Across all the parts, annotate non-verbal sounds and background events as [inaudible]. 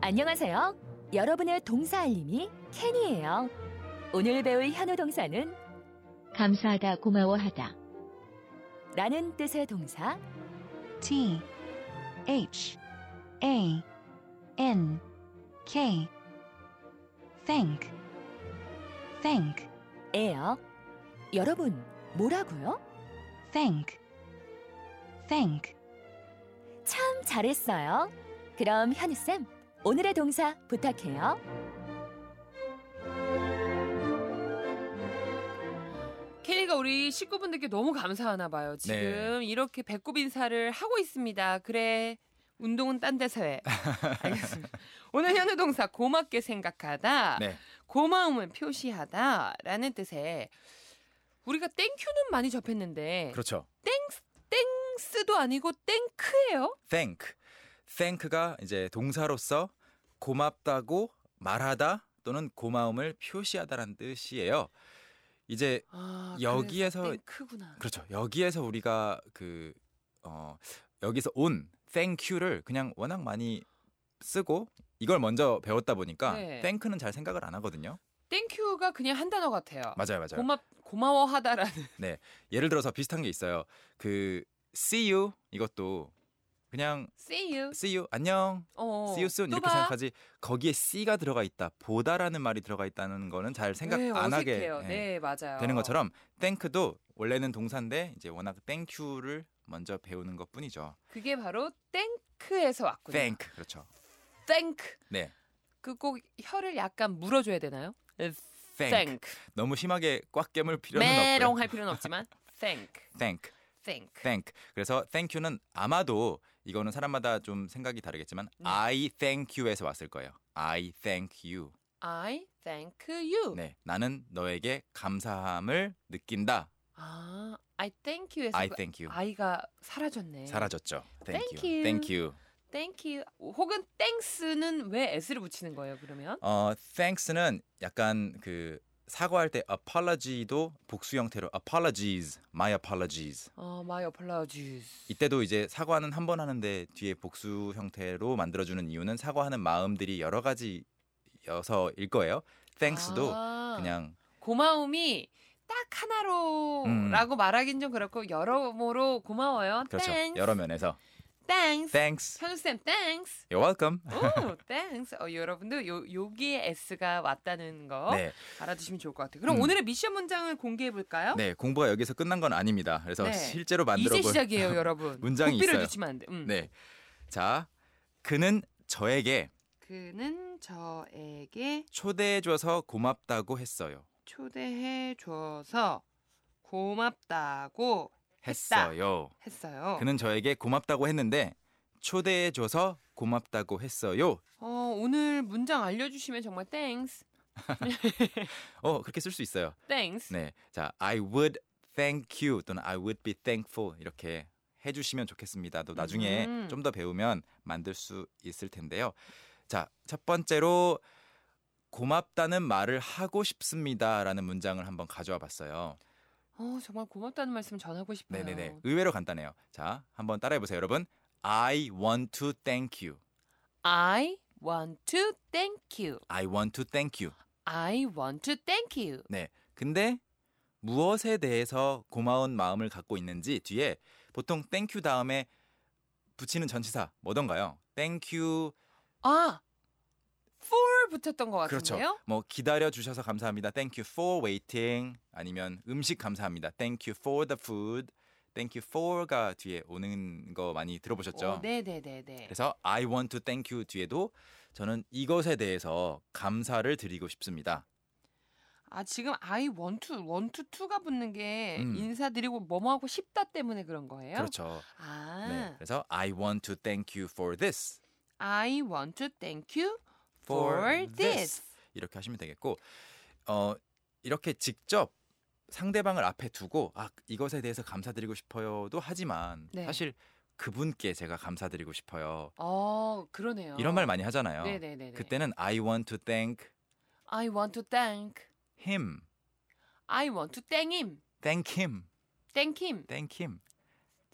안녕하세요. 여러분의 동사 알림이 캔이에요. 오늘 배울 현우 동사는 감사하다, 고마워하다. 라는 뜻의 동사 T H A N K Thank Thank 에요. 여러분, 뭐라고요? Thank Thank 참 잘했어요. 그럼 현우쌤, 오늘의 동사 부탁해요. 케이가 우리 식구분들께 너무 감사하나 봐요. 네. 지금 이렇게 배꼽 인사를 하고 있습니다. 그래. 운동은 딴 데서 [laughs] 해. 알겠습니다. 오늘 현우 동사 고맙게 생각하다. 네. 고마움을 표시하다라는 뜻의 우리가 땡큐는 많이 접했는데 그렇죠. 땡스도 아니고 땡크예요. thank. thank가 이제 동사로서 고맙다고 말하다 또는 고마움을 표시하다라는 뜻이에요. 이제 아, 여기에서- 그래서 땡크구나. 그렇죠. 여기에서 우리가 그 어, 여기서 온 thank you를 그냥 워낙 많이 쓰고 이걸 먼저 배웠다 보니까 네. thank는 잘 생각을 안 하거든요. 땡큐가 그냥 한 단어 같아요. 맞아요, 맞아요. 고맙 고마워하다라는 [laughs] 예를 들어서 비슷한 게 있어요. 그 see you 이것도 그냥 see you. see you 안녕 어. see you soon 또 이렇게 봐. 생각하지 거기에 c가 들어가 있다 보다라는 말이 들어가 있다는 거는 잘 생각 네, 안 하게 어색해요. 예, 네, 맞아요. 되는 것처럼 thank도 원래는 동사인데 이제 워낙 thankyou를 먼저 배우는 것뿐이죠. 그게 바로 땡크에서 왔군요. thank 그렇죠. 땡크. 네. 그 꼭 혀를 약간 물어줘야 되나요? thank. 너무 심하게 꽉 깨물 필요는 메롱 없고요. 할 필요는 없지만 thank, thank thank. thank 그래서 thank you는 아마도 이거는 사람마다 좀 생각이 다르겠지만 네. I thank you에서 왔을 거예요. I thank you. I thank you. 네. 나는 너에게 감사함을 느낀다. 아, I thank you에서 I 그 thank you. I가 사라졌네. 사라졌죠. Thank, Thank you. you. Thank you. thank you. 혹은 thanks는 왜 s를 붙이는 거예요? 그러면 어, thanks는 약간 그 사과할 때 apology도 복수 형태로 apologies, my apologies. 어, my apologies. 이때도 이제 사과는 한 번 하는데 뒤에 복수 형태로 만들어주는 이유는 사과하는 마음들이 여러 가지여서일 거예요. thanks도 아, 그냥 고마움이 딱 음. 하나로라고 말하긴 좀 그렇고 여러모로 고마워요. 그렇죠. thanks. 여러 면에서 thanks. thanks, 현우쌤 [laughs] thanks. you're welcome. 오, thanks. 어, 여러분도 요 여기에 s가 왔다는 거 네, 알아두시면 좋을 것 같아요. 그럼 음. 오늘의 미션 문장을 공개해 볼까요? 네 공부가 여기서 끝난 건 아닙니다. 그래서 어? 네. 실제로 이제 만들어볼 [laughs] 시작이에요, 여러분. 문장이 고삐를 있어요. 붙이면 안 돼. 음. 네, 자 그는 저에게 그는 저에게 초대해줘서 고맙다고 했어요. 초대해 줘서 고맙다고 했다. 했어요. 했어요. 그는 저에게 고맙다고 했는데 초대해줘서 고맙다고 했어요. 어, 오늘 문장 알려주시면 정말 thanks, 어 그렇게 쓸 수 있어요. thanks. 네, 자 I would thank you 또는 I would be thankful 이렇게 해주시면 좋겠습니다. 또 나중에 음. 좀 더 배우면 만들 수 있을 텐데요. 자 첫 번째로 고맙다는 말을 하고 싶습니다라는 문장을 한번 가져와 봤어요. 어, 정말 고맙다는 말씀 전하고 싶어요. 네네네. 의외로 간단해요. 자, 한번 따라해 보세요, 여러분. I want to thank you. I want to thank you. I want to thank you. I want to thank you. 근데 무엇에 대해서 고마운 마음을 갖고 있는지 뒤에 보통 thank you 다음에 붙이는 전치사 뭐던가요? thank you 아, for 붙였던 것 그렇죠. 같은데요? 뭐 기다려 주셔서 감사합니다. thank you for waiting 아니면 음식 감사합니다. thank you for the food. thank you for가 뒤에 오는 거 많이 들어보셨죠? 오, 네네네네. 그렇죠. 그래서 I want to thank you 뒤에도 저는 이것에 대해서 감사를 드리고 싶습니다. 아 지금 I want to, want to, to가 붙는 게 음. 인사드리고 뭐뭐 하고 싶다 때문에 그런 거예요? 그렇죠. 아, 네. 그래서 I want to thank you for this. I want to thank you for, this. 이렇게 하시면 되겠고 어 이렇게 직접 상대방을 앞에 두고 아 이것에 대해서 감사드리고 싶어요도 하지만 네. 사실 그분께 제가 감사드리고 싶어요. 어, 그러네요. 이런 말 많이 하잖아요. 네네네. 그때는 I want to thank I want to thank, him. I want to thank him, Thank him. thank him. Thank him.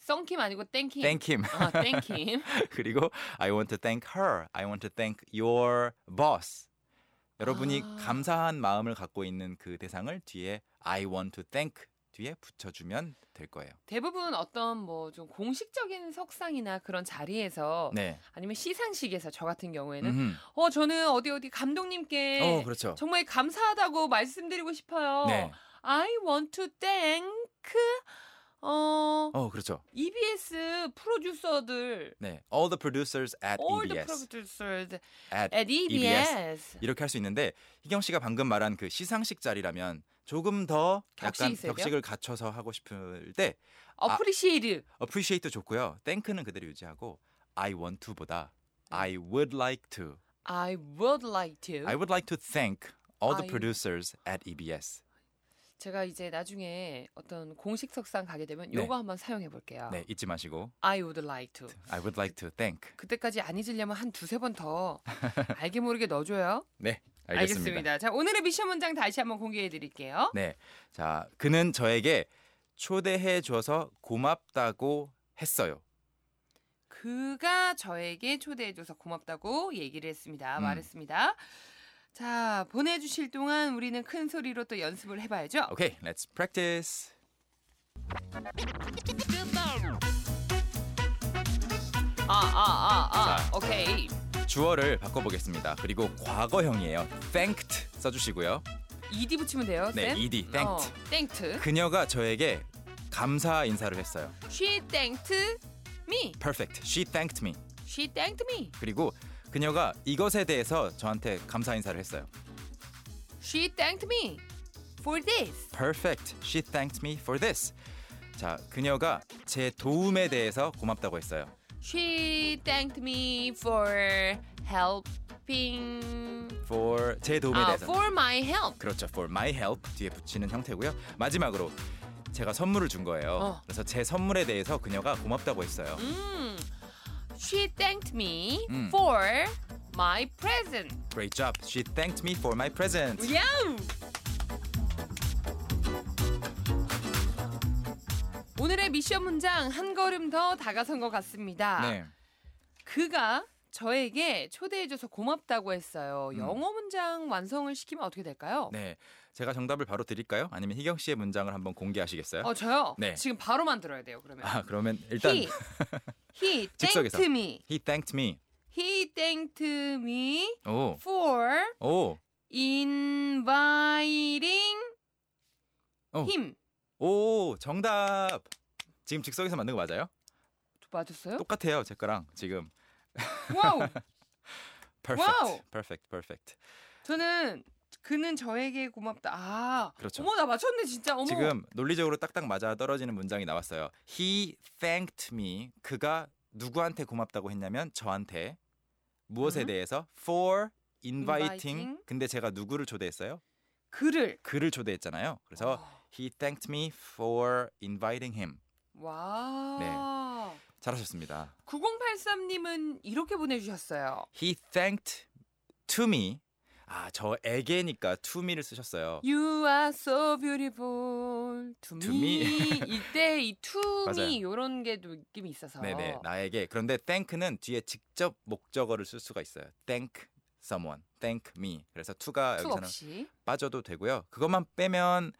썬킴 아니고 땡킴. Thank him. [laughs] 아, 땡킴. [laughs] 그리고 I want to thank her. I want to thank your boss. 여러분이 아. 감사한 마음을 갖고 있는 그 대상을 뒤에 I want to thank 뒤에 붙여주면 될 거예요. 대부분 어떤 뭐 좀 공식적인 석상이나 그런 자리에서 네. 아니면 시상식에서 저 같은 경우에는 음흠. 어 저는 어디 어디 감독님께 어 그렇죠. 정말 감사하다고 말씀드리고 싶어요. 네. I want to thank 어 어 그렇죠. EBS 프로듀서들 네. All the producers at all the EBS. producers At E at E EBS. 이렇게 할 수 있는데 희경 씨가 방금 말한 그 시상식 자리라면 조금 더 약간 격식이 있어야 돼요? 격식을 갖춰서 하고 싶을 때 appreciate appreciate도 좋고요. thank는 그대로 유지하고 I want to보다 I would like to. I would like to. I would like to thank all the I- producers at E EBS. 제가 이제 나중에 어떤 공식 석상 가게 되면 네. 요거 한번 사용해 볼게요. 네, 잊지 마시고 I would like to. I would like to thank. 그때까지 안 잊으려면 한 두세 번 [laughs] 더 알게 모르게 넣어줘요. 네, 알겠습니다. 자, 오늘의 미션 문장 다시 한번 공개해 드릴게요. 네. 자, 그는 저에게 초대해 줘서 고맙다고 했어요. 그가 저에게 초대해줘서 고맙다고 얘기를 했습니다. 음. 말했습니다. 자, 보내주실 동안 우리는 큰 소리로 또 연습을 해봐야죠. Okay, let's practice. 아, 아, 아, 아. 자. 오케이. 주어를 바꿔보겠습니다. 그리고 과거형이에요. thanked 써주시고요. ED 붙이면 돼요, 네, 쌤? ed thanked. 어, thanked. 그녀가 저에게 감사 인사를 했어요. She thanked me. Perfect. She thanked me. She thanked me. 그리고 그녀가 이것에 대해서 저한테 감사 인사를 했어요. She thanked me for this. Perfect. She thanked me for this. 자, 그녀가 제 도움에 대해서 고맙다고 했어요. She thanked me for helping. For 제 도움에 아, 대해서. for my help. 그렇죠. For my help 뒤에 붙이는 형태고요. 마지막으로 제가 선물을 준 거예요. 어. 그래서 제 선물에 대해서 그녀가 고맙다고 했어요. 음, she thanked me 음. for my present. Great job. She thanked me for my present. 야우! 오늘의 미션 문장 한 걸음 더 다가선 것 같습니다. 네. 그가 저에게 초대해줘서 고맙다고 했어요. 음. 영어 문장 완성을 시키면 어떻게 될까요? 네. 제가 정답을 바로 드릴까요? 아니면 희경 씨의 문장을 한번 공개하시겠어요? 어 저요. 네. 지금 바로 만들어야 돼요. 그러면. 아, 그러면 일단 he, he [laughs] 즉석에서. thanked me. he thanked me. He thanked me 오. for 오. inviting 어. him. 오, 정답. 지금 즉석에서 만든 거 맞아요? 맞았어요? 똑같아요, 제 거랑 지금. [laughs] 와우. Perfect. 와우. Perfect. Perfect. 저는 그는 저에게 고맙다. 아, 그렇죠. 어머 나 맞췄네 진짜. 어머. 지금 논리적으로 딱딱 맞아 떨어지는 문장이 나왔어요. He thanked me. 그가 누구한테 고맙다고 했냐면 저한테 무엇에 음. 대해서 for inviting. Inviting. 근데 제가 누구를 초대했어요? 그를. 그를 초대했잖아요. 그래서 어. He thanked me for inviting him. 와. 네. 잘하셨습니다. 9083님은 이렇게 보내주셨어요. He thanked to me. 아, 저에게니까 to me를 쓰셨어요. You are so beautiful to, To me. [laughs] 이때 이 to 맞아요. me 이런 게 느낌이 있어서. 네네, 나에게. 그런데 thank는 뒤에 직접 목적어를 쓸 수가 있어요. thank someone, thank me. 그래서 to가 to 여기서는 없이. 빠져도 되고요. 그것만 빼면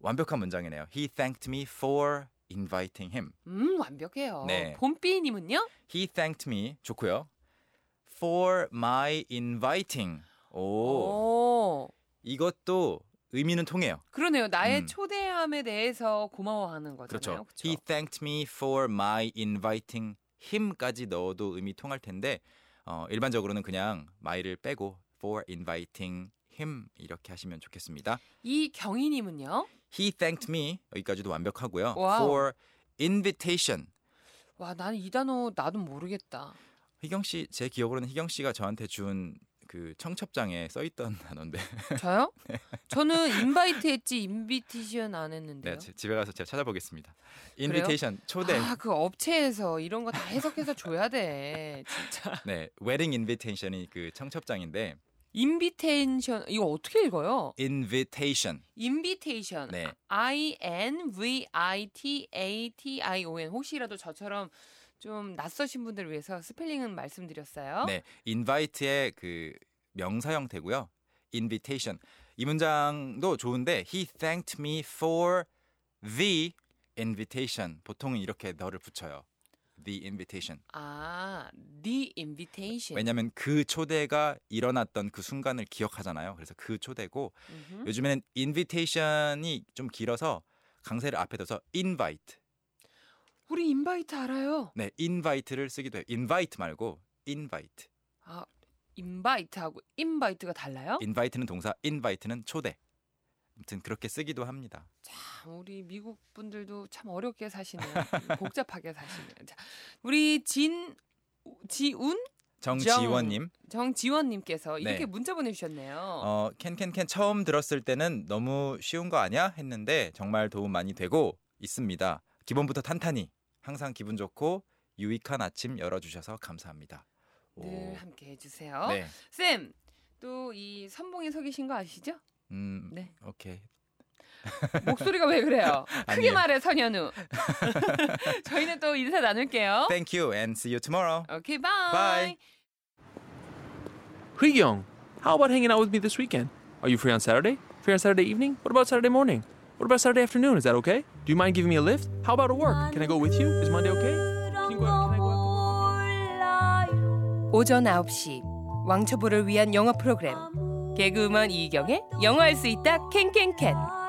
완벽한 문장이네요. He thanked me for inviting him. 음 완벽해요. 네. 봄비님은요? He thanked me 좋고요. For my inviting. 오. 어. 오. 이것도 의미는 통해요. 그러네요. 나의 음. 초대함에 대해서 고마워하는 거잖아요. 그렇죠. 그렇죠. He thanked me for my inviting him까지 넣어도 의미 통할 텐데 어, 일반적으로는 그냥 my를 빼고 for inviting him 이렇게 하시면 좋겠습니다. 이 경희님은요? He thanked me 여기까지도 완벽하고요. 와우. For invitation. 와, 나는 이 단어 나도 모르겠다. 희경 씨 제 기억으로는 희경 씨가 저한테 준 그 청첩장에 써 있던 [laughs] 단어인데 네, [laughs] 저요? 저는 인바이트 했지 인비티션 안 했는데요. 네, 지- 집에 가서 제가 찾아보겠습니다. invitation [laughs] 초대. 아, 그 업체에서 이런 [laughs] 거 다 해석해서 줘야 돼. 진짜. 네, 웨딩 인비테이션이 그 청첩장인데 인비테이션 이거 어떻게 읽어요? invitation. 인비테이션. 네. I N V I T A T I O N. 혹시라도 저처럼 좀 낯서신 분들을 위해서 스펠링은 말씀드렸어요. 네, invite의 그 명사 형태고요. invitation. 이 문장도 좋은데 he thanked me for the invitation. 보통은 이렇게 너를 붙여요. the invitation. 아, the invitation. 왜냐면 그 초대가 일어났던 그 순간을 기억하잖아요. 그래서 그 초대고 음흠. 요즘에는 invitation이 좀 길어서 강세를 앞에 둬서 invite. 우리 인바이트 알아요? 네, invite를 쓰기도 해요. invite 말고 invite. 아, 인바이트하고 인바이트가 달라요? invite는 동사, invite는 초대. 아무튼 그렇게 쓰기도 합니다. 참, 우리 미국 분들도 참 어렵게 사시네요. [laughs] 복잡하게 사시네요. 자, 우리 진 지운 정지원님, 정지원님께서 네. 이렇게 문자 보내주셨네요. 어, 캔캔캔 처음 들었을 때는 너무 쉬운 거 아니야 했는데 정말 도움 많이 되고 있습니다. 기본부터 탄탄히 항상 기분 좋고 유익한 아침 열어주셔서 감사합니다. 오, 늘 함께 해주세요. 네, 쌤, 또 이 선봉이 서 계신 거 아시죠? 음, 네. 오케이. 목소리가 왜 [laughs] 그래요? 크게 아니에요. 말해 선현우. [laughs] 저희는 또 인사 나눌게요. Thank you and see you tomorrow. 오케이 네. 바이. Bye. Young, how about hanging out with me this weekend? Are you free on Saturday? Free on Saturday evening? What about Saturday morning? What about Saturday afternoon? Is that okay? Do you mind giving me a lift? How about at work? Can I go with you? Is Monday okay? Can you go, can I go after- 오전 9시 왕초보를 위한 영어 프로그램 개그우먼 이경의 영어할 수 있다 캔캔캔